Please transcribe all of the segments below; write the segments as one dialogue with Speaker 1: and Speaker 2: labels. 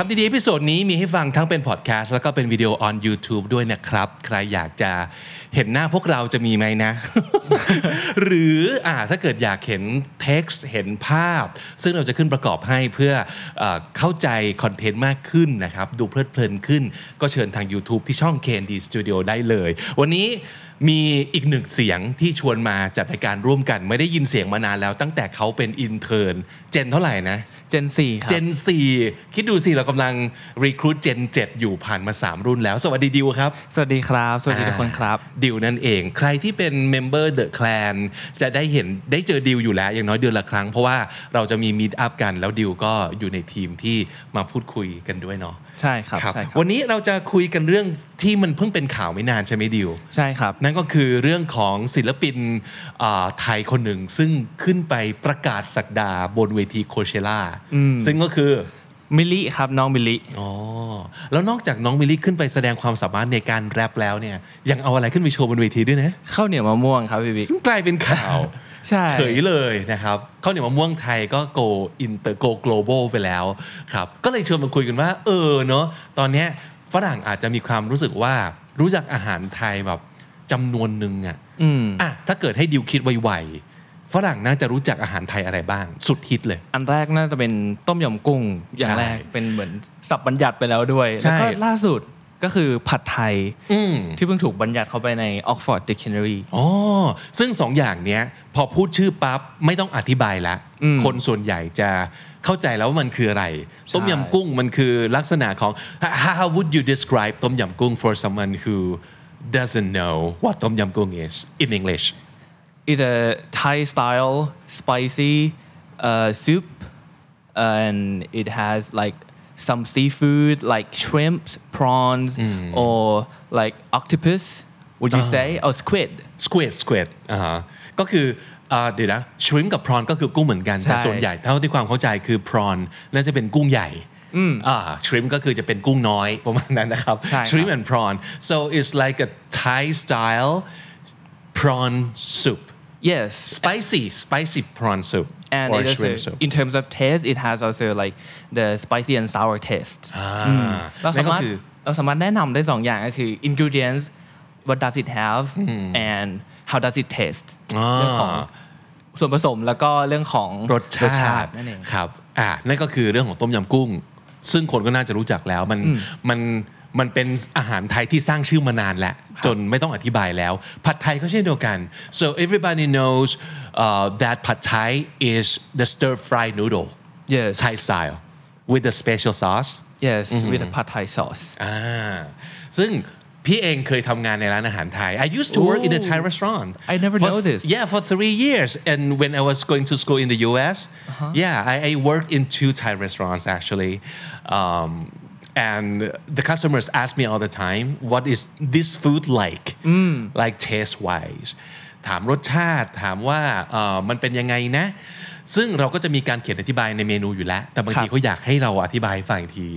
Speaker 1: คำดีๆเอพิโซดนี้มีให้ฟังทั้งเป็นพอดแคสต์แล้วก็เป็นวิดีโอ on YouTube ด้วยนะครับ ใครอยากจะเห็นหน้าพวกเราจะมีไหมนะ หรืออ่าถ้าเกิดอยากเห็นเท็กซ์เห็นภาพ ซึ่งเราจะขึ้นประกอบให้เพื่อเออเข้าใจคอนเทนต์มากขึ้นนะครับ ดูเพลิดเพลินขึ้น ก็เชิญทาง YouTube ที่ช่อง KND Studio ได้เลย วันนี้มีอีกหนึ่งเสียงที่ชวนมาจัดรายการร่วมกัน ไม่ได้ยินเสียงมานานแล้ว ตั้งแต่เขาเป็นอินเทอร์นเจนเท่าไหร่นะ
Speaker 2: เจนสี่ครับ
Speaker 1: เจน4คิดดูสิเรากำลังรีครู i เจน7อยู่ผ่านมา 3 รุ่นแล้ว สวัสดีดิวครับ
Speaker 2: สวัสดีครับ สวัสดีทุกคนครับ
Speaker 1: ดิวนั่นเอง ใครที่เป็นเมมเบอร์เดอะแคลนจะได้เห็นได้เจอดิวอยู่แล้ว อย่างน้อยเดือนละครั้ง เพราะว่าเราจะมีม e ตอัพกัน แล้วดิวก็อยู่ในทีมที่มาพูดคุยกันด้วยเนาะ
Speaker 2: ใช่ครับ ใช่ครับ
Speaker 1: วันนี้เราจะคุยกันเรื่องที่มันเพิ่งเป็นข่าวไม่นานใช่ไหมดิว
Speaker 2: ใช่ครับ
Speaker 1: นั่นก็คือเรื่องของศิลปินอ่าไทยคนหนึ่ง ซึ่งขึ้นไปประกาศสักดาบนเวทีโคเชล่า
Speaker 2: อืม
Speaker 1: ซึ่งก็คือ
Speaker 2: มิลลิครับ น้องมิลลิ
Speaker 1: อ๋อ แล้วนอกจากน้องมิลลี่ขึ้นไปแสดงความสามารถในการแรปแล้วเนี่ย ยังเอาอะไรขึ้นไปโชว์บนเวทีด้วยนะ
Speaker 2: ข้าวเหนียวมะม่วงครับพี่บิ๊ก
Speaker 1: ซึ่งกลายเป็นข่าว
Speaker 2: ใช่
Speaker 1: เฉยเลยนะครับข้าวเหนียวมะม่วงไทยก็ go inter go global ไปแล้วครับ ก็เลยชวนมาคุยกันว่า เออเนาะตอนเนี้ยฝรั่งอาจจะมีความรู้สึกว่ารู้จักอาหารไทยแบบจำนวนหนึ่งอะ
Speaker 2: อืม
Speaker 1: อ่ะถ้าเกิดให้ดิวคิดไวๆฝรั่งน่าจะรู้จักอาหารไทยอะไรบ้าง สุดฮิตเลย
Speaker 2: อันแรกน่าจะเป็นต้มยำกุ้ง อย่างแรก
Speaker 1: ใช่
Speaker 2: เป็นเหมือนสับบัญญัติไปแล้วด้วย
Speaker 1: ใช่
Speaker 2: แล้วก็ล่าสุดก็คือผัดไทย
Speaker 1: อืม
Speaker 2: ที่เพิ่งถูกบัญญัติเข้าไปใน Oxford Dictionary
Speaker 1: อ๋อ ซึ่งสองอย่างเนี้ยพอพูดชื่อปั๊บไม่ต้องอธิบายละ
Speaker 2: อืม
Speaker 1: คนส่วนใหญ่จะเข้าใจแล้วว่ามันคืออะไร
Speaker 2: ใช่
Speaker 1: ต้มยำกุ้งมันคือลักษณะของ how how would you describe ต้มยำกุ้ง for someone who doesn't know what ต้มยำกุ้ง is in English
Speaker 2: It's a Thai style spicy uh, soup and it has like some seafood like shrimps, prawns or like octopus would you say or squid
Speaker 1: squid squid อ่าฮะก็คืออ่าเดี๋ยวนะชริมกับพรอนก็คือกุ้งเหมือนกัน
Speaker 2: ใช่
Speaker 1: แต่ส่วนใหญ่เท่าที่ความเข้าใจคือพรอนน่าจะเป็นกุ้งใหญ่อ่าชริมก็คือจะเป็นกุ้งน้อยประมาณนั้นนะครับ
Speaker 2: ใช่ครับ
Speaker 1: shrimp and prawn so it's like a Thai style prawn soup
Speaker 2: yes
Speaker 1: spicy spicy prawn soup
Speaker 2: and
Speaker 1: or
Speaker 2: it
Speaker 1: shrimp
Speaker 2: also,
Speaker 1: soup
Speaker 2: in terms of taste it has also like the spicy and sour taste
Speaker 1: อ่า
Speaker 2: เรา
Speaker 1: นั่
Speaker 2: สาน
Speaker 1: ก็
Speaker 2: มารถ
Speaker 1: คือ
Speaker 2: เราสามารถแนะนำได้สองอย่างก็คือ ingredients what does it have and how does it taste
Speaker 1: อ่า
Speaker 2: เรื่องของส่วนผสมแล้วก็เรื่องของ
Speaker 1: รสชาติ
Speaker 2: นั่นเอง
Speaker 1: ครับอ่านั่นก็คือเรื่องของต้มยำกุ้ง ซึ่งคนก็น่าจะรู้จักแล้วมันมันมันเป็นอาหารไทยที่สร้างชื่อมานานแล้ว จนไม่ต้องอธิบายแล้ว ผัดไทยก็เช่นเดียวกัน so everybody knows uh, that pad Thai is the stir fried noodle
Speaker 2: เยอะ
Speaker 1: Thai style with the special sauce
Speaker 2: yes with a pad Thai sauce
Speaker 1: อ่า Ah. ซึ่งพี่เองเคยทำงานในร้านอาหารไทย I used to work in a Thai restaurant
Speaker 2: I never
Speaker 1: for,
Speaker 2: know this.
Speaker 1: Yeah for three years and when I was going to school in the US
Speaker 2: Uh-huh.
Speaker 1: yeah I, I worked in two Thai restaurants actually um, and the customers ask me all the time what is this food like
Speaker 2: Mm.
Speaker 1: like taste wise ถามรสชาติถามว่าเอ่อมันเป็นยังไงนะ ซึ่งเราก็จะมีการเขียนอธิบายในเมนูอยู่แล้ว แต่บาง
Speaker 2: ครั
Speaker 1: ที
Speaker 2: บ
Speaker 1: ก็อยากให้เราอธิบายให้ฟังอีกที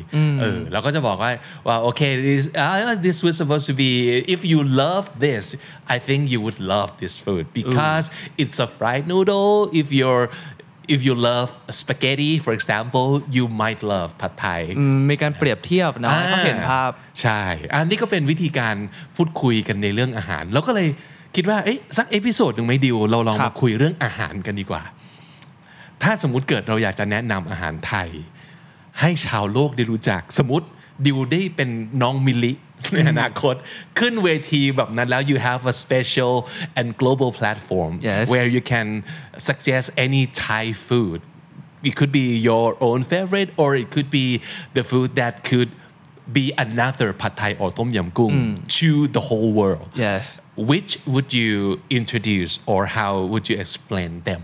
Speaker 1: เออ เราก็จะบอกว่าว่าโอเค this uh, this was supposed to be if you love this I think you would love this food because it's a fried noodle if you're if you love spaghetti for example you might love pad thai
Speaker 2: อืมมีการเปรียบเทียบเนอะให้เขาเห็นภาพ
Speaker 1: ใช่ อันนี้ก็เป็นวิธีการพูดคุยกันในเรื่องอาหาร แล้วก็เลยคิดว่า เอ๊ะ สักเอพิโซดหนึ่งไหมดิว เราลอง
Speaker 2: ครั
Speaker 1: มา
Speaker 2: บ
Speaker 1: คุยเรื่องอาหารกันดีกว่า ถ้าสมมุติเกิดเราอยากจะแนะนำอาหารไทย ให้ชาวโลกได้รู้จัก สมมติดิวได้เป็นน้องมิลลิ ในอนาคต ขึ้นเวทีแบบนั้นแล้ว you have a special and global platform
Speaker 2: Yes.
Speaker 1: where you can suggest any Thai food it could be your own favorite or it could be the food that could be another pad Thai or tom yum gung to the whole world
Speaker 2: yes
Speaker 1: which would you introduce or how would you explain them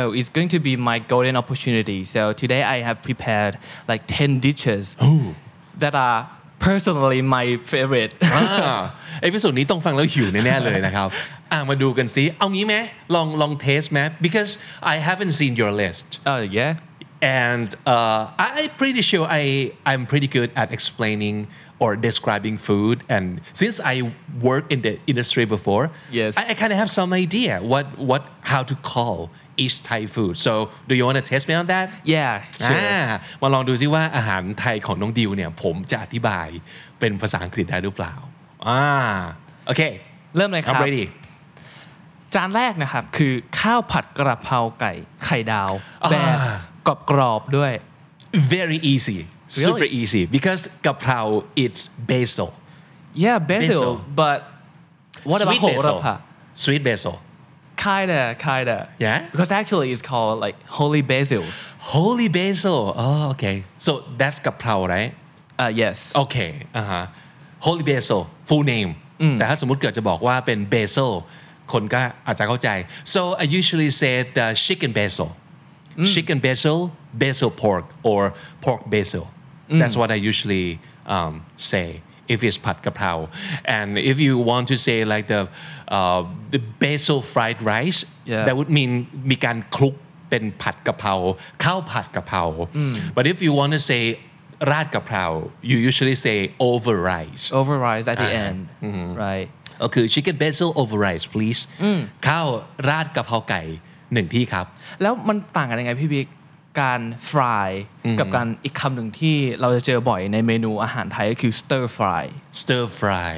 Speaker 2: Oh, it's going to be my golden opportunity. So today I have prepared like 10 dishes that are personally my favorite.
Speaker 1: อ่าเอพิโซดนี้ต้องฟังแล้วหิวแน่ๆเลยนะครับ อ่ะมาดูกันซิเอางี้ไหมลองลองเทสไหม because I haven't seen your list
Speaker 2: Oh yeah.
Speaker 1: and uh, I, I'm pretty sure I I'm pretty good at explaining or describing food. And since I work in the industry before,
Speaker 2: Yes.
Speaker 1: I, I kind of have some idea what what how to call each Thai food. So do you want to test me on that?
Speaker 2: Yeah. Sure.
Speaker 1: อ่ามาลองดูซิว่าอาหารไทยของน้องดิวเนี่ย ผมจะอธิบายเป็นภาษาอังกฤษได้หรือเปล่าอ่าโอเค
Speaker 2: เริ่มเลยครั
Speaker 1: I'm
Speaker 2: บ
Speaker 1: ready
Speaker 2: จานแรกนะครับคือข้าวผัดกระเพราไก่ไข่ดาว
Speaker 1: อ่า
Speaker 2: แบบกรอบๆด้วย
Speaker 1: very easy super easy because กะเพรา it's basil
Speaker 2: Yeah basil
Speaker 1: Basil.
Speaker 2: but what about
Speaker 1: Sweet basil.
Speaker 2: โหระพา
Speaker 1: Sweet basil.
Speaker 2: Kinda kinda
Speaker 1: Yeah?
Speaker 2: because actually it's called like holy basil
Speaker 1: Holy basil. Oh, okay. So that's kaprao, right?
Speaker 2: uh yes
Speaker 1: Okay. Uh-huh. Holy basil. Full name. แต่ถ้าสมมติเกิดจะบอกว่าเป็น basil คนก็อาจจะเข้าใจ so I usually say the chicken basil chicken basil basil pork or pork basil that's what I usually um, say if it's ผัดกะเพรา and if you want to say like the uh, the basil fried rice
Speaker 2: Yeah.
Speaker 1: that would mean มีการคลุกเป็นผัดกะเพราข้าวผัดกะเพรา but if you want to say ราดกะเพรา you usually say over rice
Speaker 2: over rice at the
Speaker 1: Ah,
Speaker 2: end right
Speaker 1: ก็คือ chicken basil over rice please ข้าวราดกะเพราไก่หนึ่งที่ครับ
Speaker 2: แล้วมันต่างกันยังไงพี่บิ๊กการฟรายกับการอีกคำหนึ่งที่เราจะเจอบ่อยในเมนูอาหารไทยก็คือ stir fry
Speaker 1: stir fry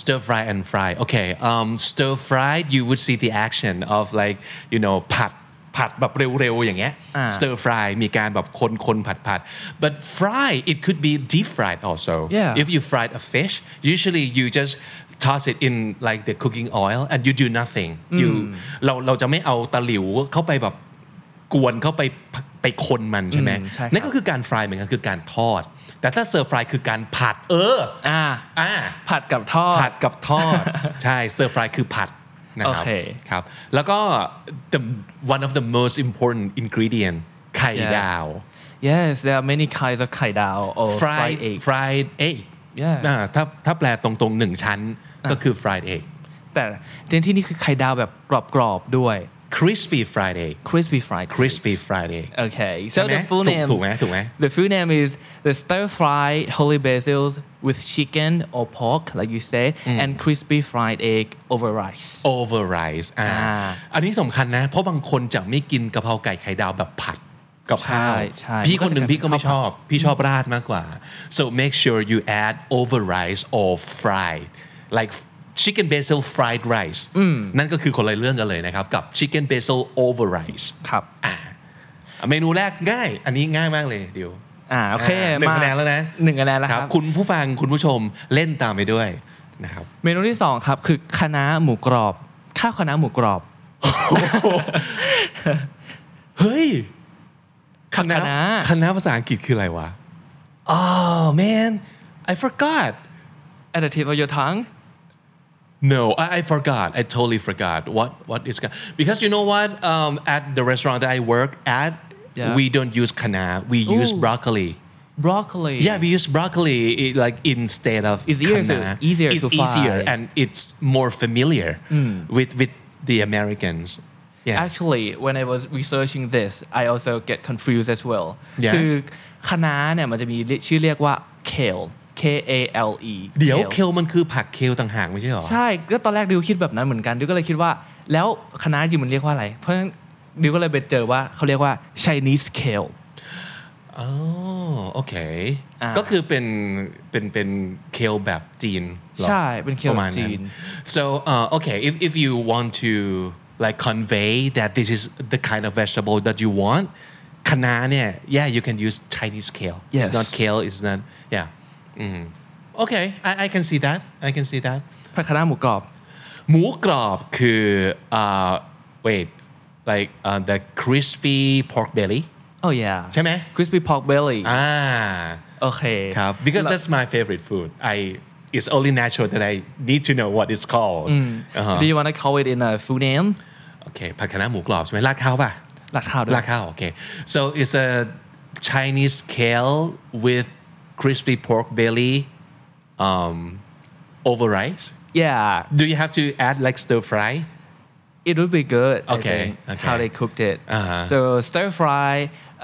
Speaker 1: stir fry and fry okay um, stir fry you would see the action of like you know ผัดผัดแบบเร็วๆอย่างเงี้ย
Speaker 2: อ่า
Speaker 1: stir fry มีการแบบคนคนผัดผัด but fry it could be deep fried also
Speaker 2: Yeah.
Speaker 1: if you fried a fish usually you just toss it in like the cooking oil and you do nothing you เราเราจะไม่เอาตะหลิวเข้าไปแบบ กวนเข้าไปไปคนมันใช่ไหม
Speaker 2: อืมใช่ครับ
Speaker 1: นั่นก็คือการฟรายเหมือนกันคือการทอด แต่ถ้าเซอร์ฟรายคือการผัดเออ
Speaker 2: อ่า
Speaker 1: อ่า
Speaker 2: ผัดกับทอด
Speaker 1: ผัดกับทอ ด ใช่เซอร์ฟรายคือผัดนะครับ
Speaker 2: โอเค
Speaker 1: ครับแล้วก็ the one of the most important ingredient ไข่
Speaker 2: Yeah.
Speaker 1: ดาว
Speaker 2: yes there are many kinds of ไข่ดาว or fried
Speaker 1: fried
Speaker 2: egg
Speaker 1: fried egg
Speaker 2: Yeah
Speaker 1: อ่าถ้าถ้าแปลตรงๆหนึ่งชั้นก็คือ fried egg
Speaker 2: แต่ในที่นี่คือไข่ดาวแบบกรอบๆด้วย
Speaker 1: crispy fried egg
Speaker 2: crispy fried
Speaker 1: crispy fried egg
Speaker 2: okay
Speaker 1: ใช่
Speaker 2: so
Speaker 1: ไหม
Speaker 2: the full
Speaker 1: ถูก
Speaker 2: name
Speaker 1: ถูกไหมถูกไหม
Speaker 2: the full name is the stir fry holy basil with chicken or pork like you said and crispy fried egg over rice
Speaker 1: over rice อ่า
Speaker 2: อ่า
Speaker 1: อันนี้สำคัญนะ เพราะบางคนจะไม่กินกะเพราไก่ไข่ดาวแบบผัดกับข้าว
Speaker 2: ใช่ใช่
Speaker 1: พี่คนหนึ่ง
Speaker 2: มันก็จะ
Speaker 1: พี่ก็ไม่
Speaker 2: เป็น
Speaker 1: ช
Speaker 2: ข้าว
Speaker 1: อบ พี่ชอบราดมากกว่า so make sure you add over rice or fried like chicken basil fried rice นั่นก็คือคนละเรื่องกันเลยนะครับ กับ chicken basil over rice
Speaker 2: ครับ
Speaker 1: อ่าเมนูแรกง่าย อันนี้ง่ายมากเลยเดี๋ยว
Speaker 2: อ่าโอเค
Speaker 1: อ่าหนึ่ง
Speaker 2: มา
Speaker 1: คะแนนแล้วนะ
Speaker 2: หนึ่งคะแนนแล้วครับ
Speaker 1: คุณผู้ฟังคุณผู้ชมเล่นตามไปด้วยนะครับ
Speaker 2: เมนูที่สองครับ คือคะน้าหมูกรอบ ข้าวคะน้าหมูกรอบ
Speaker 1: เฮ้ยคณะ
Speaker 2: คณะ
Speaker 1: คณะภาษาอังกฤษคืออะไรวะ oh man I forgot
Speaker 2: at the tip of your tongue
Speaker 1: no I, I forgot I totally forgot what what is ka- because you know what um, at the restaurant that I work at
Speaker 2: Yeah.
Speaker 1: we don't use kana we use
Speaker 2: Ooh.
Speaker 1: broccoli
Speaker 2: broccoli
Speaker 1: yeah we use broccoli i- like instead of
Speaker 2: It's easier to-
Speaker 1: kana.
Speaker 2: easier
Speaker 1: it's
Speaker 2: to
Speaker 1: easier
Speaker 2: find.
Speaker 1: and it's more familiar with with the Americans yeah
Speaker 2: actually when I was researching this I also get confused as well
Speaker 1: Yeah.
Speaker 2: คือคะน้าเนี่ยมันจะมีชื่อเรียกว่า kale K A L E
Speaker 1: เดี๋ยว
Speaker 2: kale
Speaker 1: เคลมันคือผักเคลต่างหากไม่ใช่หรอ
Speaker 2: ใช่ก็ตอนแรกดิวคิดแบบนั้นเหมือนกันดิวก็เลยคิดว่า แล้วคะน้าจริงมันเรียกว่าอะไร เพราะฉะนั้นดิวก็เลยไปเจอว่าเขาเรียกว่า Chinese kale
Speaker 1: อ๋อโอเค
Speaker 2: อ่า
Speaker 1: Oh, ก็คือเป็นเป็นเป็นเคลแบบจีนหรอ
Speaker 2: ใช่เป็นเคล
Speaker 1: ประมาณ
Speaker 2: จี
Speaker 1: นั้น
Speaker 2: น
Speaker 1: so uh, okay if if you want to like convey that this is the kind of vegetable that you want คะน้าเนี่ย yeah you can use Chinese kale
Speaker 2: Yes.
Speaker 1: it's not kale it's not yeah อืม okay I I can see that I can see that
Speaker 2: ผัดคะน้าหมูกรอบ
Speaker 1: หมูกรอบคือ uh, wait like uh, the crispy pork belly
Speaker 2: oh yeah
Speaker 1: ใช่ไหม
Speaker 2: crispy pork belly
Speaker 1: อ่า Ah.
Speaker 2: โอเค
Speaker 1: ครับ because that's my favorite food I it's only natural that I need to know what it's called อ่าฮะ
Speaker 2: Do you want to call it in a full name?
Speaker 1: โอเคผัดคะน้าหมูกรอบใช่ไหมราดข้าวป่ะ
Speaker 2: หลักข่าวด้วย
Speaker 1: ราดข้าวโอเค so it's a Chinese kale with crispy pork belly um over rice
Speaker 2: yeah,
Speaker 1: Do you have to add like stir fry?
Speaker 2: it would be good. I
Speaker 1: Okay,
Speaker 2: think,
Speaker 1: okay.
Speaker 2: How they cooked it.
Speaker 1: Uh-huh.
Speaker 2: So stir fry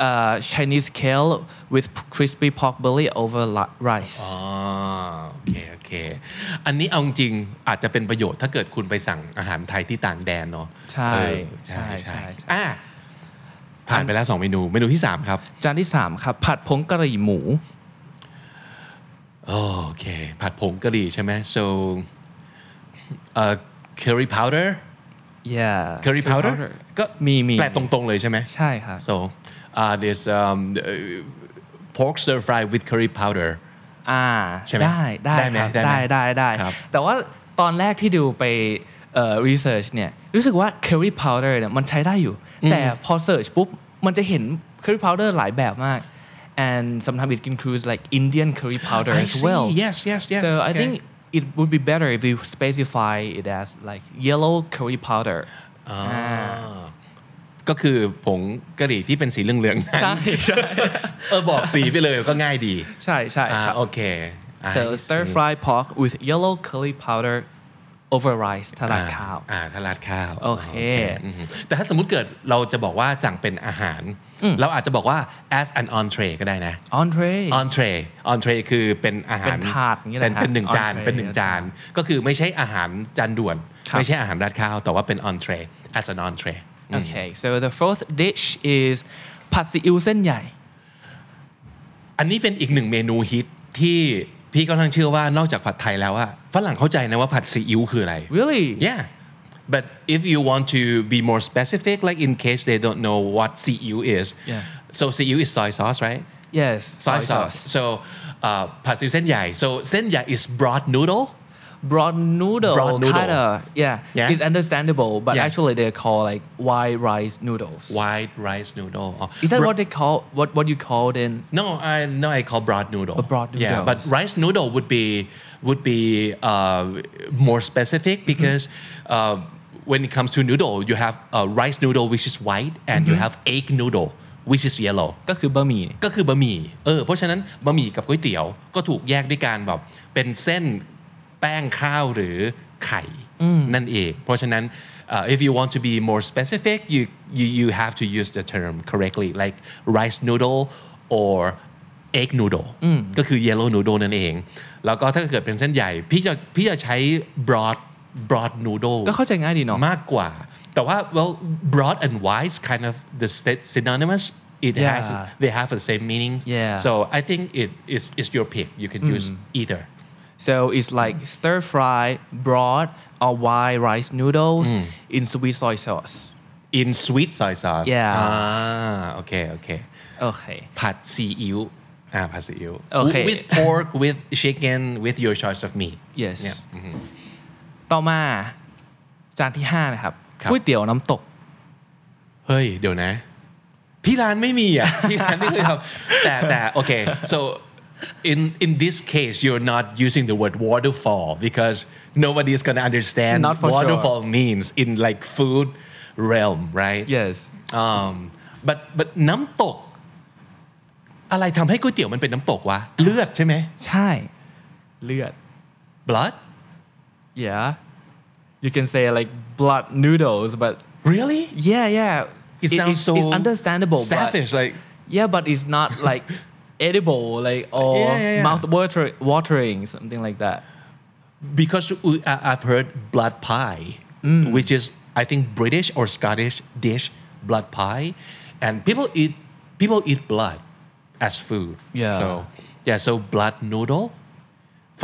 Speaker 2: uh, Chinese kale with p- crispy pork belly over li- rice.
Speaker 1: อ๋อโอเคโอเค อันนี้เอาจริงอาจจะเป็นประโยชน์ถ้าเกิดคุณไปสั่งอาหารไทยที่ต่างแดนเนาะ
Speaker 2: ใช่
Speaker 1: เออใช่
Speaker 2: ใช่
Speaker 1: ใช่
Speaker 2: ใช่
Speaker 1: อ่ะผ่านไปแล้ว 2 เมนู เมนูที่ 3 ครับ
Speaker 2: จานที่ 3 ครับ ผัดผงกะหรี่หมู
Speaker 1: โอเค ผัดผงกะหรี่ใช่ไหม so เอ่อ curry powder
Speaker 2: yeah
Speaker 1: curry powder ก็
Speaker 2: มีมี
Speaker 1: แปลตรงๆเลยใช่ไหม
Speaker 2: ใช่ครับ
Speaker 1: so uh, there's um, uh, pork stir fry with curry powder
Speaker 2: อ่า
Speaker 1: ใช่ไหม
Speaker 2: ได้ได้
Speaker 1: ได้ไหม
Speaker 2: ครับ
Speaker 1: ได้
Speaker 2: ได้
Speaker 1: ไหม
Speaker 2: ได้ได้
Speaker 1: ครับ
Speaker 2: แต่ว่าตอนแรกที่ดูไปเอ่อ research เนี่ยรู้สึกว่า curry powder เนี่ยมันใช้ได้อยู่ แต่พอ search ปุ๊บ มันจะเห็น curry powder หลายแบบมาก and sometimes it includes like Indian curry powder
Speaker 1: I
Speaker 2: as
Speaker 1: see.
Speaker 2: well
Speaker 1: Yes, yes, yes.
Speaker 2: so I
Speaker 1: Okay.
Speaker 2: think it would be better if we specify it as like yellow curry powder
Speaker 1: อ่าก็คือผงกะหรี่ที่เป็นสีเหลืองๆนั้น
Speaker 2: ใช่ ใช่
Speaker 1: เออบอกสีไปเลยก็ง่ายดี
Speaker 2: ใช่ใช่
Speaker 1: อ่า
Speaker 2: ครับ
Speaker 1: โอเคอ่า
Speaker 2: so stir fry pork with yellow curry powder over rice ทาราดข้าว
Speaker 1: อ่อ่าถ้าราดข้าว
Speaker 2: โอเค
Speaker 1: อืมแต่ถ้าสมมติเกิดเราจะบอกว่าสั่งเป็นอาหาร
Speaker 2: อืม
Speaker 1: เราอาจจะบอกว่า as an entree ก็ได้นะ
Speaker 2: entree
Speaker 1: entree entree คือเป็นอาหาร
Speaker 2: เป็นถาดอย่างเงี้ยเหร
Speaker 1: เป็น
Speaker 2: อครับ
Speaker 1: เป็นหนึ่งจาน
Speaker 2: entree
Speaker 1: เป็นหนึ่งจาน ก็คือไม่ใช่อาหารจานด่วน
Speaker 2: ครับ
Speaker 1: ไม่ใช่อาหารราดข้าว แต่ว่าเป็น entree as an entree อืม
Speaker 2: Okay, so the fourth dish is ผัดซีอิ๊วเส้นใหญ่
Speaker 1: อันนี้เป็นอีกหนึ่งเมนูฮิตที่พี่ก็ทั้งเชื่อว่านอกจากผัดไทยแล้วอะฝรั่งเข้าใจนะว่าผัดซีอิ๊วคืออะไร
Speaker 2: Really?
Speaker 1: yeah but if you want to be more specific like in case they don't know what ซีอิ๊ว is
Speaker 2: Yeah.
Speaker 1: so ซีอิ๊ว is soy sauce right
Speaker 2: Yes.
Speaker 1: soy sauce so uh, ผัดซีอิ๊วเส้นใหญ่ so เส้นใหญ่ is broad noodle
Speaker 2: Broad noodle.
Speaker 1: Broad noodle.
Speaker 2: Kinda, yeah.
Speaker 1: Yeah?
Speaker 2: It's understandable, but
Speaker 1: Yeah.
Speaker 2: actually they're called like white rice noodles.
Speaker 1: white rice noodle Oh,
Speaker 2: Is that
Speaker 1: bro-
Speaker 2: what they call what what you call then?
Speaker 1: no I no I call broad noodle
Speaker 2: Oh, broad
Speaker 1: yeah
Speaker 2: noodles.
Speaker 1: but rice noodle would be would be uh, more specific because uh, when it comes to noodle you have uh, rice noodle which is white and you have egg noodle which is yellow
Speaker 2: ก็คือบะหมี่
Speaker 1: ก็คือบะหมี่ เออ เพราะฉะนั้นบะหมี่กับก๋วยเตี๋ยวก็ถูกแยกด้วยการแบบเป็นเส้นแป้งข้าวหรือไข่นั่นเอง เพราะฉะนั้นเอ่อ if you want to be more specific you you you have to use the term correctly like rice noodle or egg noodle ก็คือ yellow noodle นั่นเอง แล้วก็ถ้าเกิดเป็นเส้นใหญ่ พี่จะพี่จะใช้ broad broad noodle
Speaker 2: ก็เข้าใจง่ายดีเนาะ
Speaker 1: มากกว่า แต่ว่า well broad and wide is kind of the sy- synonymous it
Speaker 2: Yeah.
Speaker 1: has they have the same meaning
Speaker 2: Yeah. Hmm.
Speaker 1: so I think it is is your pick you can use either
Speaker 2: so it's like stir fry broad or white rice noodles in sweet soy sauce.
Speaker 1: in sweet soy sauce Ah,
Speaker 2: Yeah.
Speaker 1: อ่าโอเคโอเค
Speaker 2: Okay.
Speaker 1: ผัดซีอิ๊วอ่าผัดซีอิ๊ว
Speaker 2: โอเค
Speaker 1: with pork with chicken with your choice of meat
Speaker 2: Yes.
Speaker 1: Yeah.
Speaker 2: ต่อมาจานที่ห้านะครับ
Speaker 1: ครับ
Speaker 2: ก๋วยเตี๋ยวน้ำตก
Speaker 1: เฮ้ย เดี๋ยวนะ ที่ร้านไม่มีอ่ะ ที่ร้านไม่เคยทำแต่แต่โอเค so in in this case you're not using the word waterfall because nobody is gonna understand
Speaker 2: Not for sure.
Speaker 1: waterfall means in like food realm right
Speaker 2: Yes.
Speaker 1: um but but น้ำตก อะไรทำให้ก๋วยเตี๋ยวมันเป็นน้ำตกวะ เลือดใช่ไหม
Speaker 2: ใช่ เลือด
Speaker 1: blood
Speaker 2: Yeah. You can say like blood noodles, but
Speaker 1: really
Speaker 2: yeah, yeah.
Speaker 1: it sounds
Speaker 2: it's,
Speaker 1: so
Speaker 2: it's understandable.
Speaker 1: savage like
Speaker 2: But, yeah, but it's not like edible, like or
Speaker 1: Yeah, yeah, yeah.
Speaker 2: mouth water- watering, something like that.
Speaker 1: because we, I, I've heard blood pie,
Speaker 2: Mm.
Speaker 1: which is I think British or Scottish dish, blood pie, and people eat people eat blood as food.
Speaker 2: Yeah.
Speaker 1: So yeah, so blood noodle.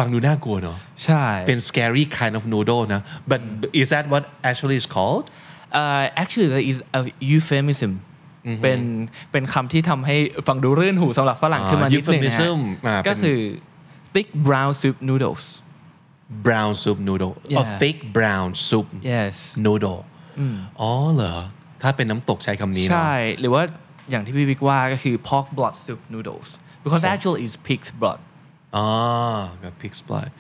Speaker 1: ฟังดูน่ากลัวเนอะ
Speaker 2: ใช่
Speaker 1: เป็น scary kind of noodle นะ but is that what actually is called
Speaker 2: เอ่อ actually there is a euphemism เป็นเป็นคำที่ทำให้ฟังดูรื่นหูสำหรับฝรั่ง
Speaker 1: อ่า
Speaker 2: ขึ้นมานิดนึงนะฮะ
Speaker 1: euphemism อ่าเป็น
Speaker 2: ก็คือ thick brown soup noodles
Speaker 1: brown soup noodle a
Speaker 2: Yeah.
Speaker 1: fake brown soup
Speaker 2: yes
Speaker 1: noodle อ๋อเหรอ ถ้าเป็นน้ำตกใช้คำนี้เนอะ
Speaker 2: ใช่ หรือว่าอย่างที่พี่บิ๊กว่าก็คือ pork blood soup noodles because actually it's pig's blood
Speaker 1: อ๋อกับ pig splat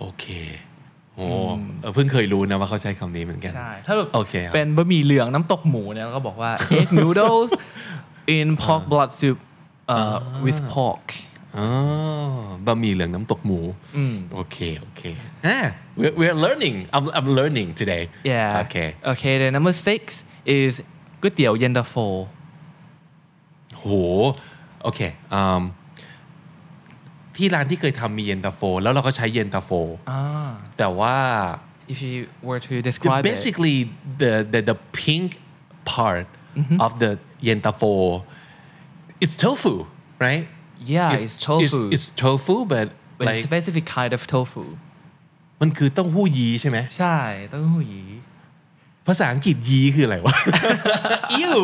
Speaker 1: โอเคโอ้เออเพิ่งเคยรู้นะว่าเขาใช้คำนี้เหมือนกัน
Speaker 2: ใช่ ถ้าแบบ
Speaker 1: โอเคครับ
Speaker 2: เป็นบะหมี่เหลืองน้ำตกหมูเนี่ยเราก็ บอกว่า egg noodles in pork blood soup uh, with pork
Speaker 1: อ๋อบะหมี่เหลืองน้ำตกหมูโอเคโอเคอ่า we're we're learning I'm I'm learning today
Speaker 2: Yeah.
Speaker 1: okay
Speaker 2: Okay. Then number six is ก๋วยเตี๋ยวเย็นตาโฟ
Speaker 1: โหโอเคอืมที่ร้านที่เคยทำมีเย็นตาโฟ แล้วเราก็ใช้เย็นตาโฟ
Speaker 2: Ah.
Speaker 1: แต่ว่า
Speaker 2: If you were to
Speaker 1: the-
Speaker 2: describe it,
Speaker 1: basically the, the the pink part of the เย็นตาโฟ it's tofu right
Speaker 2: yeah, it's, tofu.
Speaker 1: it's, it's tofu but
Speaker 2: but it's
Speaker 1: like
Speaker 2: a specific kind of tofu.
Speaker 1: มันคือเต้องหู้ยีใช่ไหม
Speaker 2: ใช่เต้าหู้ยี
Speaker 1: ภาษาอังกฤษยีคืออะไร วะ อิ ว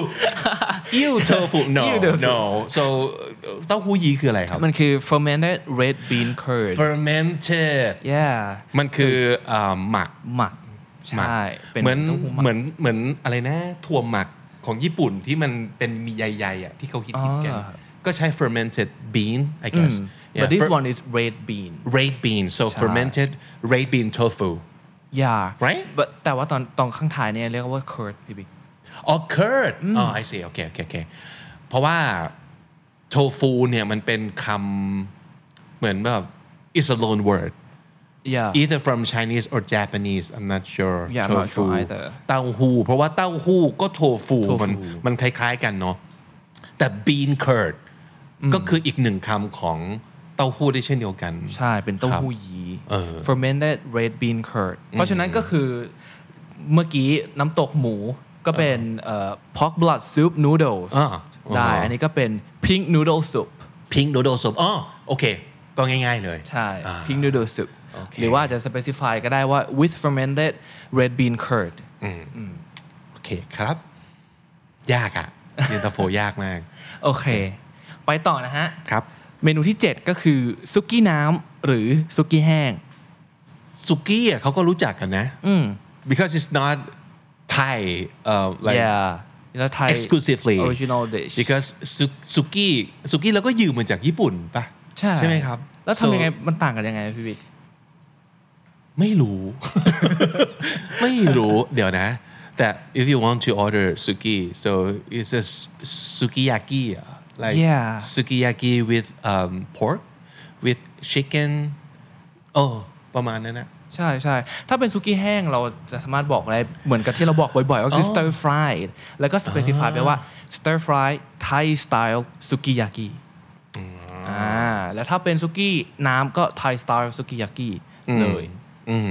Speaker 1: อิว tofu no
Speaker 2: Ew tofu
Speaker 1: no so เต้าหู้ยีคืออะไรครับ
Speaker 2: มันคือ fermented red bean curd
Speaker 1: fermented
Speaker 2: yeah
Speaker 1: มันคืออ่าหมัก
Speaker 2: หมัก
Speaker 1: หมัก
Speaker 2: ใช่ป็
Speaker 1: เหมือน
Speaker 2: ต้าหมัก
Speaker 1: เหมือนเหมือนอะไรนะถั่วหมักของญี่ปุ่นที่มันเป็นมีใยๆอ่ะที่เขาคิดคิดกัน
Speaker 2: อ่า
Speaker 1: ก็ใช้ fermented bean I guess Yeah,
Speaker 2: but this
Speaker 1: fer-
Speaker 2: one is red bean
Speaker 1: red bean so fermented red bean tofu
Speaker 2: yeah
Speaker 1: Right?
Speaker 2: but แต่ว่าตอนตอนข้างท้ายเนี่ยเรียกว่า curd พี่บิ๊ก
Speaker 1: or curd อ๋อ I see โอเคโอเคโอเคเพราะว่า tofu เนี่ยมันเป็นคำเหมือนแบบ is a loan word
Speaker 2: yeah
Speaker 1: either from Chinese or Japanese I'm not sure
Speaker 2: Yeah, I'm not sure either
Speaker 1: เต้าหู้เพราะว่าเต้าหู้ก็โทฟู
Speaker 2: โทฟู
Speaker 1: มันมันคล้ายๆกันเนาะแต่ bean curd ก็คืออีกหนึ่งคำของเต้าหู้ได้เช่นเดียวกัน
Speaker 2: ใช่เป็นเต้าหู้ยี
Speaker 1: เออ
Speaker 2: fermented red bean curd เพราะฉะนั้นก็คือเมื่อกี้น้ำตกหมูก็เป็นเอ่อ pork blood soup noodles
Speaker 1: อ่า
Speaker 2: ได้
Speaker 1: อ่า
Speaker 2: อันนี้ก็เป็น pink noodle soup
Speaker 1: pink noodle soup อ๋อโอเค ก็ง่ายๆเลย
Speaker 2: ใช่
Speaker 1: อ่า
Speaker 2: pink noodle soup
Speaker 1: โอเค
Speaker 2: หรือว่าจะ specify ก็ได้ว่า with fermented red bean curd
Speaker 1: โอเคครับ ยากอะเย็นตาโฟยากมาก
Speaker 2: โอเค ไปต่อนะฮะ
Speaker 1: ครับ
Speaker 2: เมนูที่ 7 ก็คือซุกี้น้ำหรือซุกี้แห้ง
Speaker 1: สุกี้อะเขาก็รู้จักกันนะ
Speaker 2: อืม
Speaker 1: because it's not Thai uh, like
Speaker 2: yeah แล้วไทย
Speaker 1: exclusively
Speaker 2: original dish
Speaker 1: because ซุกี้ซุกี้เราก็ยืมมาจากญี่ปุ่นปะ
Speaker 2: ใช่
Speaker 1: ไหมครับ
Speaker 2: แล้วทำยังไง
Speaker 1: So
Speaker 2: มันต่างกันยังไงพี่บิ๊ก
Speaker 1: ไม่รู้ ไม่รู้ เดี๋ยวนะ แต่ if you want to order suki so it's a s- sukiyaki อะ like
Speaker 2: Yeah.
Speaker 1: sukiyaki with um, pork with chicken โอ้ประมาณนั้นนะ
Speaker 2: ใช่ใช่ถ้าเป็นซุกี้แห้งเราจะสามารถบอกได้เหมือนกับที่เราบอกบ่อยๆ ก็คือ
Speaker 1: อ๋อ
Speaker 2: stir fry แล้วก็ specify ไปว่า stir fry Thai style sukiyaki อ่าแล้วถ้าเป็นซุกี้น้ำก็ Thai style sukiyaki เลย
Speaker 1: อืม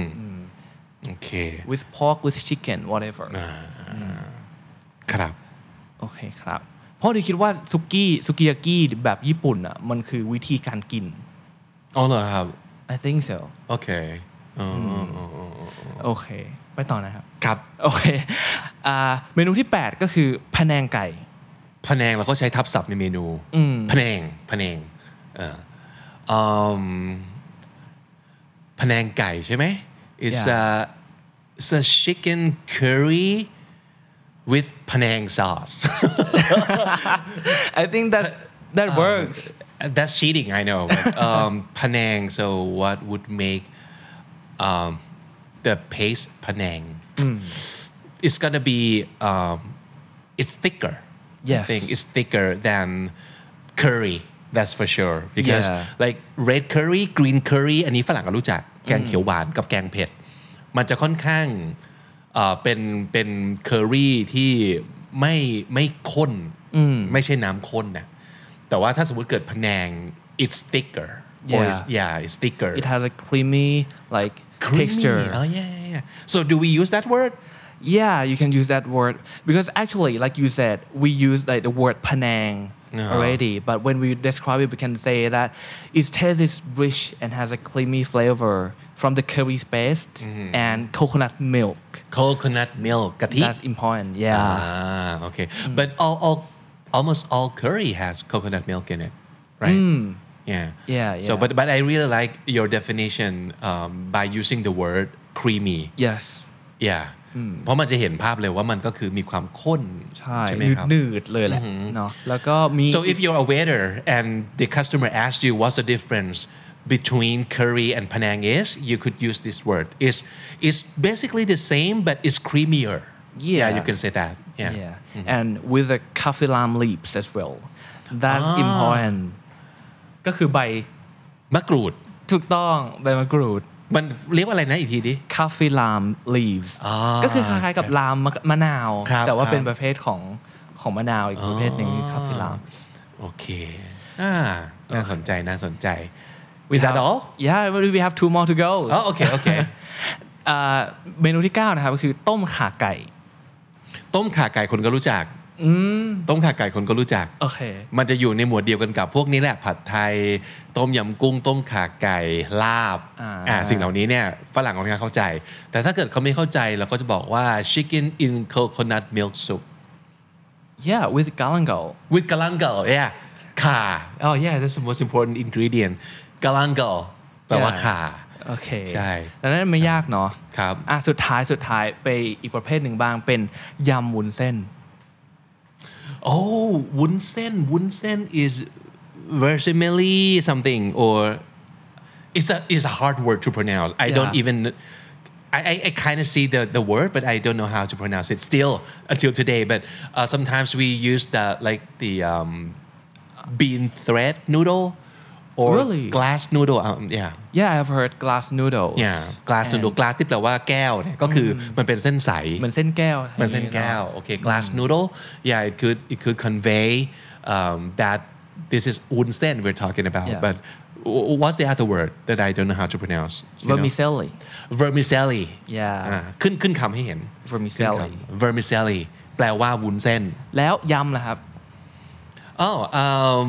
Speaker 1: โอเค
Speaker 2: with pork with chicken whatever
Speaker 1: ครับ
Speaker 2: โอเคครับ เพราะดิวคิดว่าซุกี้ซุกิยากิแบบญี่ปุ่นอ่ะมันคือวิธีการกิน
Speaker 1: อ๋อเหรอครับ
Speaker 2: I think so
Speaker 1: โอเคอ๋ออ๋ออ๋ออ๋ออ๋อ
Speaker 2: โอเค ไปต่อนะครับ
Speaker 1: ครับ
Speaker 2: โอเคอ่าเมนูที่ 8 ก็คือพะแนงไก่
Speaker 1: พะแนงเราก็ใช้ทับศัพท์ในเมนู
Speaker 2: อืม
Speaker 1: พะแนงพะแนงเอ่ออืมพะแนงไก่ใช่ไหม it's a it's a chicken curry with พะแนง sauce
Speaker 2: I think that that works
Speaker 1: that's cheating I know but um พะแนง so what would make um the paste พะแนง
Speaker 2: Hmm.
Speaker 1: it's gonna be um it's thicker
Speaker 2: Yes.
Speaker 1: I think it's thicker than curry that's for sure because
Speaker 2: Yeah.
Speaker 1: like red curry green curry อันนี้ฝรั่งก็รู้จักแกงเขียวหวานกับแกงเผ็ด มันจะค่อนข้างเอ่อเป็นเป็นเคอรี่ที่ไม่ไม่ข้นไม่ใช่น้ำข้นนะแต่ว่าถ้าสมมติเกิดพะแนง it's thicker or
Speaker 2: Yeah.
Speaker 1: it's, yeah it's thicker
Speaker 2: it has a creamy like
Speaker 1: Creamy.
Speaker 2: texture
Speaker 1: oh yeah, yeah yeah so do we use that word
Speaker 2: yeah you can use that word because actually like you said we use like the word panang
Speaker 1: Uh-huh.
Speaker 2: already but when we describe it we can say that its taste is rich and has a creamy flavor from the curry paste
Speaker 1: Mm-hmm.
Speaker 2: and coconut milk
Speaker 1: coconut milk กะทิ
Speaker 2: that's important yeah Mm.
Speaker 1: Ah, okay. But all, all, almost all curry has coconut milk in it, right? Yeah.
Speaker 2: Mm. Yeah,
Speaker 1: So,
Speaker 2: yeah.
Speaker 1: but but I really like your definition um, by using the word creamy.
Speaker 2: yes
Speaker 1: Yeah. เพราะมันจะเห็นภาพเลยว่ามันก็คือมีความข้น
Speaker 2: Mm. ใช่
Speaker 1: ไหมครับ
Speaker 2: หนืดๆเลยแหละเนาะแล้วก็มี
Speaker 1: Mm-hmm. So if you're a waiter and the customer asks you what's the difference between curry and Penang is, you could use this word. It's it's basically the same but it's creamier.
Speaker 2: Yeah.
Speaker 1: you can say that. Yeah. Mm-hmm.
Speaker 2: yeah
Speaker 1: Ah.
Speaker 2: and with the kaffir lime leaves as well that's important ก็คือใบ
Speaker 1: มะกรูด
Speaker 2: ถูกต้องใบมะกรูด
Speaker 1: มันเรียกว่าอะไรนะอีกทีดิ
Speaker 2: คาเฟลาม leaves
Speaker 1: อ่า
Speaker 2: ก็คือคล้ายๆกับลามมะนาว
Speaker 1: ครับ
Speaker 2: แต่ว่า
Speaker 1: ครับ
Speaker 2: เป็นประเภทของของมะนาวอีกประเภทหนึ่ง
Speaker 1: อ๋อ
Speaker 2: คาเฟลาม
Speaker 1: โอเคอ่าน่าสนใจน่าสนใจ
Speaker 2: We
Speaker 1: that all?
Speaker 2: Yeah we have two more to go
Speaker 1: อ๋อโอเคโอเค
Speaker 2: อ่าเมนูที่ 9 นะครับก็คือต้มข่าไก่
Speaker 1: ต้มข่าไก่คนก็รู้จัก
Speaker 2: อืม
Speaker 1: ต้มข่าไก่คนก็รู้จัก
Speaker 2: โอเค
Speaker 1: มันจะอยู่ในหมวดเดียวกันกับพวกนี้แหละผัดไทย ต้มยำกุ้ง ต้มข่าไก่ลาบ
Speaker 2: อ่า
Speaker 1: อ่าสิ่งเหล่านี้เนี่ยฝรั่งเขาไม่เข้าใจ แต่ถ้าเกิดเขาไม่เข้าใจเราก็จะบอกว่า chicken in coconut milk soup
Speaker 2: Yeah with galangal
Speaker 1: with galangal yeah ข่า oh yeah that's the most important ingredient galangal แปลว่า
Speaker 2: Yeah
Speaker 1: ข่า
Speaker 2: โอเค
Speaker 1: ใช่
Speaker 2: แล้วนั้นไม่ยากเนาะ
Speaker 1: ครับ
Speaker 2: อ่ะสุดท้ายสุดท้ายไปอีกประเภทหนึ่งบ้างเป็นยำวุ้นเส้น
Speaker 1: oh วุ้นเส้นวุ้นเส้น is versimile something or it's a it's a hard word to pronounce I don't
Speaker 2: Yeah.
Speaker 1: even I I, I kind of see the the word but I don't know how to pronounce it still until today but uh, sometimes we use the like the um, bean thread noodle or
Speaker 2: Really?
Speaker 1: glass noodle um, yeah
Speaker 2: Yeah I've heard glass noodles
Speaker 1: yeah glass noodle glass ที่แปลว่าแก้วเนี่ยก็คืออมันเป็นเส้นใส
Speaker 2: เหมือนเส้นแก้ว
Speaker 1: มันเส้นแก้วโอเค
Speaker 2: Mm-hmm.
Speaker 1: glass noodle yeah it could it could convey um, that this is wunsen we're talking about
Speaker 2: Yeah.
Speaker 1: but w- what's the other word that I don't know how to pronounce You know?
Speaker 2: vermicelli
Speaker 1: vermicelli Ah,
Speaker 2: Yeah
Speaker 1: อ่าขึ้นขึ้นคำให้เห็น
Speaker 2: Vermicelli
Speaker 1: ขึ้นคำ vermicelli แปลว่าวุ้นเส้น
Speaker 2: แล้วยำล่ะครับ
Speaker 1: อ๋อ um,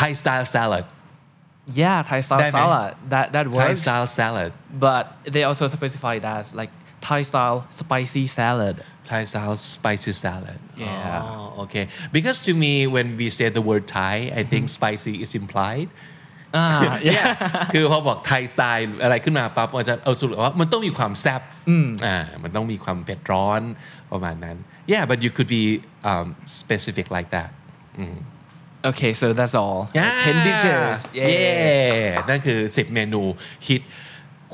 Speaker 1: Thai style salad
Speaker 2: Yeah Thai style
Speaker 1: ได้ไหม
Speaker 2: salad that that
Speaker 1: Thai
Speaker 2: works
Speaker 1: style salad
Speaker 2: but they also specify it as like Thai style spicy salad
Speaker 1: Thai style spicy salad.
Speaker 2: Yeah.
Speaker 1: Oh, okay. Because to me, when we say the word Thai, I
Speaker 2: Mm-hmm.
Speaker 1: think spicy is implied.
Speaker 2: อ่า
Speaker 1: Yeah. คือพอบอกไทยสไตล์อะไรขึ้นมาปั๊บมันจะเอาสรุปว่ามันต้องมีความแซ่บอ่ามันต้องมีความเผ็ดร้อนประมาณนั้น Yeah but you could be um, specific like that
Speaker 2: Okay, so that's all.
Speaker 1: Yeah.
Speaker 2: Appendages. Yeah.
Speaker 1: Yeah นั่นคือ 10 เมนูฮิต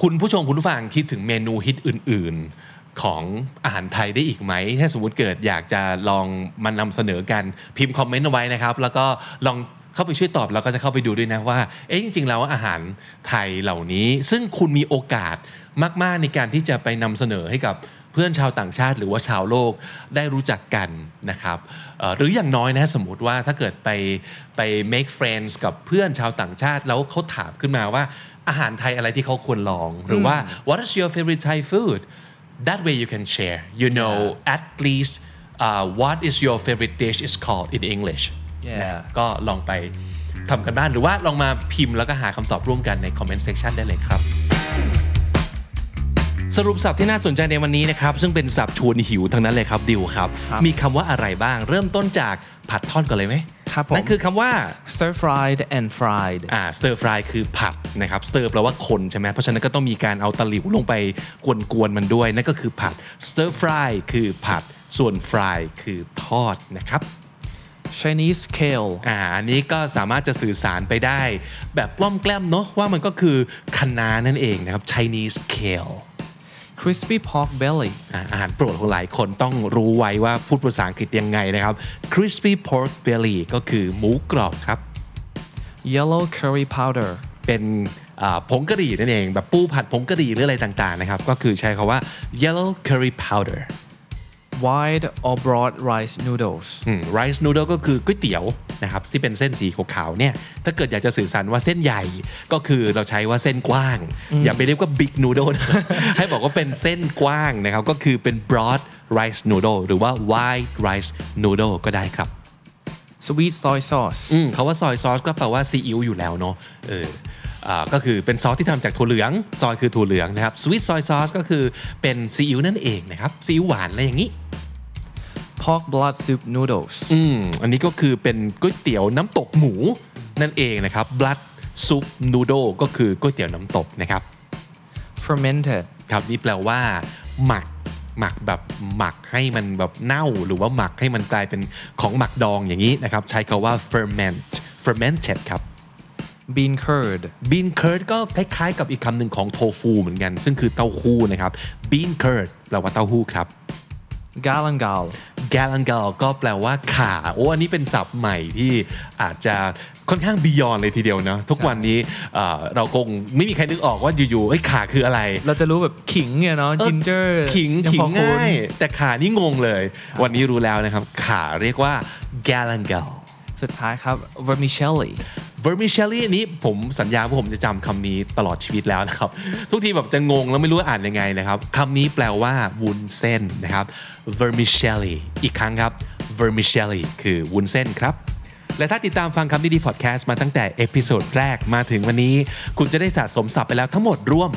Speaker 1: คุณผู้ชมคุณผู้ฟังคิดถึงเมนูฮิตอื่น ๆ ของอาหารไทยได้อีกไหม ถ้าสมมติเกิดอยากจะลองมานำเสนอกัน พิมพ์คอมเมนต์เอาไว้นะครับ แล้วก็ลองเข้าไปช่วยตอบแล้วก็จะเข้าไปดูด้วยนะว่า เอ๊ะจริง ๆ แล้วอาหารไทยเหล่านี้ ซึ่งคุณมีโอกาสมาก ๆ ในการที่จะไปนำเสนอให้กับเพื่อนชาวต่างชาติ หรือว่าชาวโลกได้รู้จักกันนะครับเอ่อหรืออย่างน้อยนะสมมติว่าถ้าเกิดไปไป make friends กับเพื่อนชาวต่างชาติ แล้วเขาถามขึ้นมาว่า อาหารไทยอะไรที่เขาควรลอง หรือว่า what is your favorite Thai food that way you can share you know at least uh, what is your favorite dish is called in English
Speaker 2: Yeah.
Speaker 1: นะก็ลองไปทำกันบ้านหรือว่าลองมาพิมพ์แล้วก็หาคำตอบร่วมกันใน comment section ได้เลยครับ สรุปศัพท์ที่น่าสนใจในวันนี้นะครับ ซึ่งเป็นศัพท์ชวนหิวทั้งนั้นเลยครับดิวครับ
Speaker 2: ครับ
Speaker 1: มีคำว่าอะไรบ้าง เริ่มต้นจากผัดทอดก่อนเลยไหม
Speaker 2: ครับผม
Speaker 1: นั่นคือคำว่า
Speaker 2: Stir fried and fried.
Speaker 1: อ่าสเตอร์ฟรายคือผัดนะครับสเตอร์แปลว่าคนใช่ไหมเพราะฉะนั้นก็ต้องมีการเอาตะหลิวลงไปกวนๆมันด้วย นั่นก็คือผัดสเตอร์ฟรายคือผัดส่วนฟรายคือทอดนะครับ
Speaker 2: Chinese kale.
Speaker 1: อ่าอันนี้ก็สามารถจะสื่อสารไปได้ แบบกล้อมแกล้มเนาะว่ามันก็คือคะน้านั่นเองนะครับ Chinese kale
Speaker 2: Crispy pork belly.
Speaker 1: อ่าอาหารโปรดของหลายคนต้องรู้ไว้ว่าพูดภาษาอังกฤษยังไงนะครับ crispy pork belly ก็คือหมูกรอบครับ
Speaker 2: Yellow curry powder.
Speaker 1: เป็นอ่าผงกะหรี่นั่นเองแบบปูผัดผงกะหรี่หรืออะไรต่างๆนะครับ ก็คือใช้คาว่า yellow curry powder
Speaker 2: Wide or broad rice noodles.
Speaker 1: อืม rice noodle ก็คือก๋วยเตี๋ยวนะครับที่เป็นเส้นสีขาวๆเนี่ยถ้าเกิดอยากจะสื่อสารว่าเส้นใหญ่ก็คือเราใช้ว่าเส้นกว้าง อย่าไปเรียกว่า big noodle นะ ให้บอกว่าเป็นเส้นกว้างนะครับ ก็คือเป็น broad rice noodle หรือว่า wide rice noodle ก็ได้ครับ
Speaker 2: Sweet soy sauce.
Speaker 1: อืมเขาว่าซอยซอสก็แปลว่าซีอิ๊วอยู่แล้วเนาะเอออ่าก็คือเป็นซอสที่ทำจากถั่วเหลือง ซอยคือถั่วเหลืองนะครับสวีทซอยซอสก็คือเป็นซีอิ๊วนั่นเองนะครับซีอิ๊วหวานอะไรอย่างนี้
Speaker 2: Pork blood soup noodles.
Speaker 1: อืมอันนี้ก็คือเป็นก๋วยเตี๋ยวน้ำตกหมูนั่นเองนะครับ blood soup noodle ก็คือก๋วยเตี๋ยวน้ำตกนะครับ
Speaker 2: Fermented.
Speaker 1: ครับนี่แปลว่า หมักหมักแบบหมักให้มันแบบเน่าหรือว่าหมักให้มันกลายเป็นของหมักดองอย่างนี้นะครับใช้คาว่า ferment fermented ครับ
Speaker 2: Bean curd.
Speaker 1: บีนเคิร์ดก็คล้ายๆกับอีกคำหนึ่งของโทฟูเหมือนกัน ซึ่งคือเต้าหู้นะครับบีนเคิร์ดแปลว่าเต้าหู้ครับ
Speaker 2: Galangal.
Speaker 1: แกลันก l ก็แปลว่าข่าโอ้อันนี้เป็นศัพท์ใหม่ที่อาจจะ ค่อนข้างบียอนเลยทีเดียวเนอะทุกวันนี้เอ่อเราคงไม่มีใครนึกออกว่าอยู่ๆไอ้ยขาคืออะไร
Speaker 2: เราจะรู้แบบขิงเนี่ยเนาะ
Speaker 1: เออ
Speaker 2: ginger
Speaker 1: ขิง
Speaker 2: ยั
Speaker 1: ขิ
Speaker 2: พ
Speaker 1: ง
Speaker 2: อคุ้น
Speaker 1: ง่าย แต่ขานี่งงเลย วันนี้รู้แล้วนะครับ ขาเรียกว่า g a l a n g a l
Speaker 2: สุดท้ายครับ vermicelli
Speaker 1: vermicelli นี้ผมสัญญาว่าผมจะจำคำนี้ตลอดชีวิตแล้วนะครับ ทุกทีแบบจะงงแล้วไม่รู้ว่าอ่านยังไงนะครับคำนี้แปลว่าวุ้นเส้นนะครับ vermicelli อีกครั้งครับ vermicelli คือวุ้นเส้นครับ และถ้าติดตามฟังคำนี้ดีพอดแคสต์มาตั้งแต่เอพิโซดแรกมาถึงวันนี้ คุณจะได้สะสมศัพท์ไปแล้วทั้งหมดรวม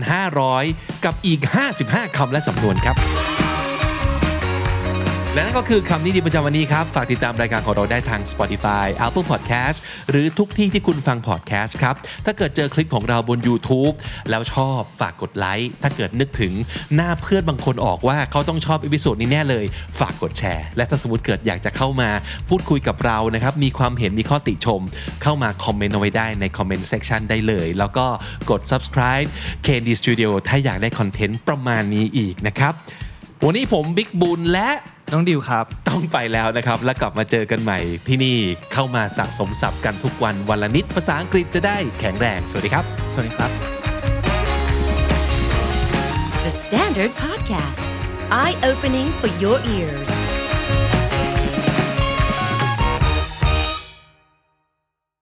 Speaker 1: 6,500 กับอีก 55คำและสำนวนครับ และนั่นก็คือคำนี้ดีประจำวันนี้ครับ ฝากติดตามรายการของเราได้ทาง Spotify Apple Podcast หรือทุกที่ที่คุณฟัง podcast ครับ ถ้าเกิดเจอคลิปของเราบน YouTube แล้วชอบฝากกดไลค์ถ้าเกิดนึกถึงหน้าเพื่อนบางคนออกว่าเขาต้องชอบอีพิโซดนี้แน่เลย ฝากกดแชร์ และถ้าสมมติเกิดอยากจะเข้ามาพูดคุยกับเรานะครับ มีความเห็นมีข้อติชม เข้ามาคอมเมนต์เอาไว้ได้ในคอมเมนต์เซ t ชันได้เลย แล้วก็กด subscribe KD Studio ถ้าอยากได้คอนเทนต์ประมาณนี้อีกนะครับวันนี้ผมบิ๊กบุญและ
Speaker 2: น้องดิวครับ
Speaker 1: ต้องไปแล้วนะครับ แล้วกลับมาเจอกันใหม่ที่นี่เข้ามาสะสมศัพท์กันทุกวันวันละนิดภาษาอังกฤษจะได้แข็งแรง สวัสดีครับ
Speaker 2: สวัสดีครับ
Speaker 3: The Standard Podcast, eye opening for your ears.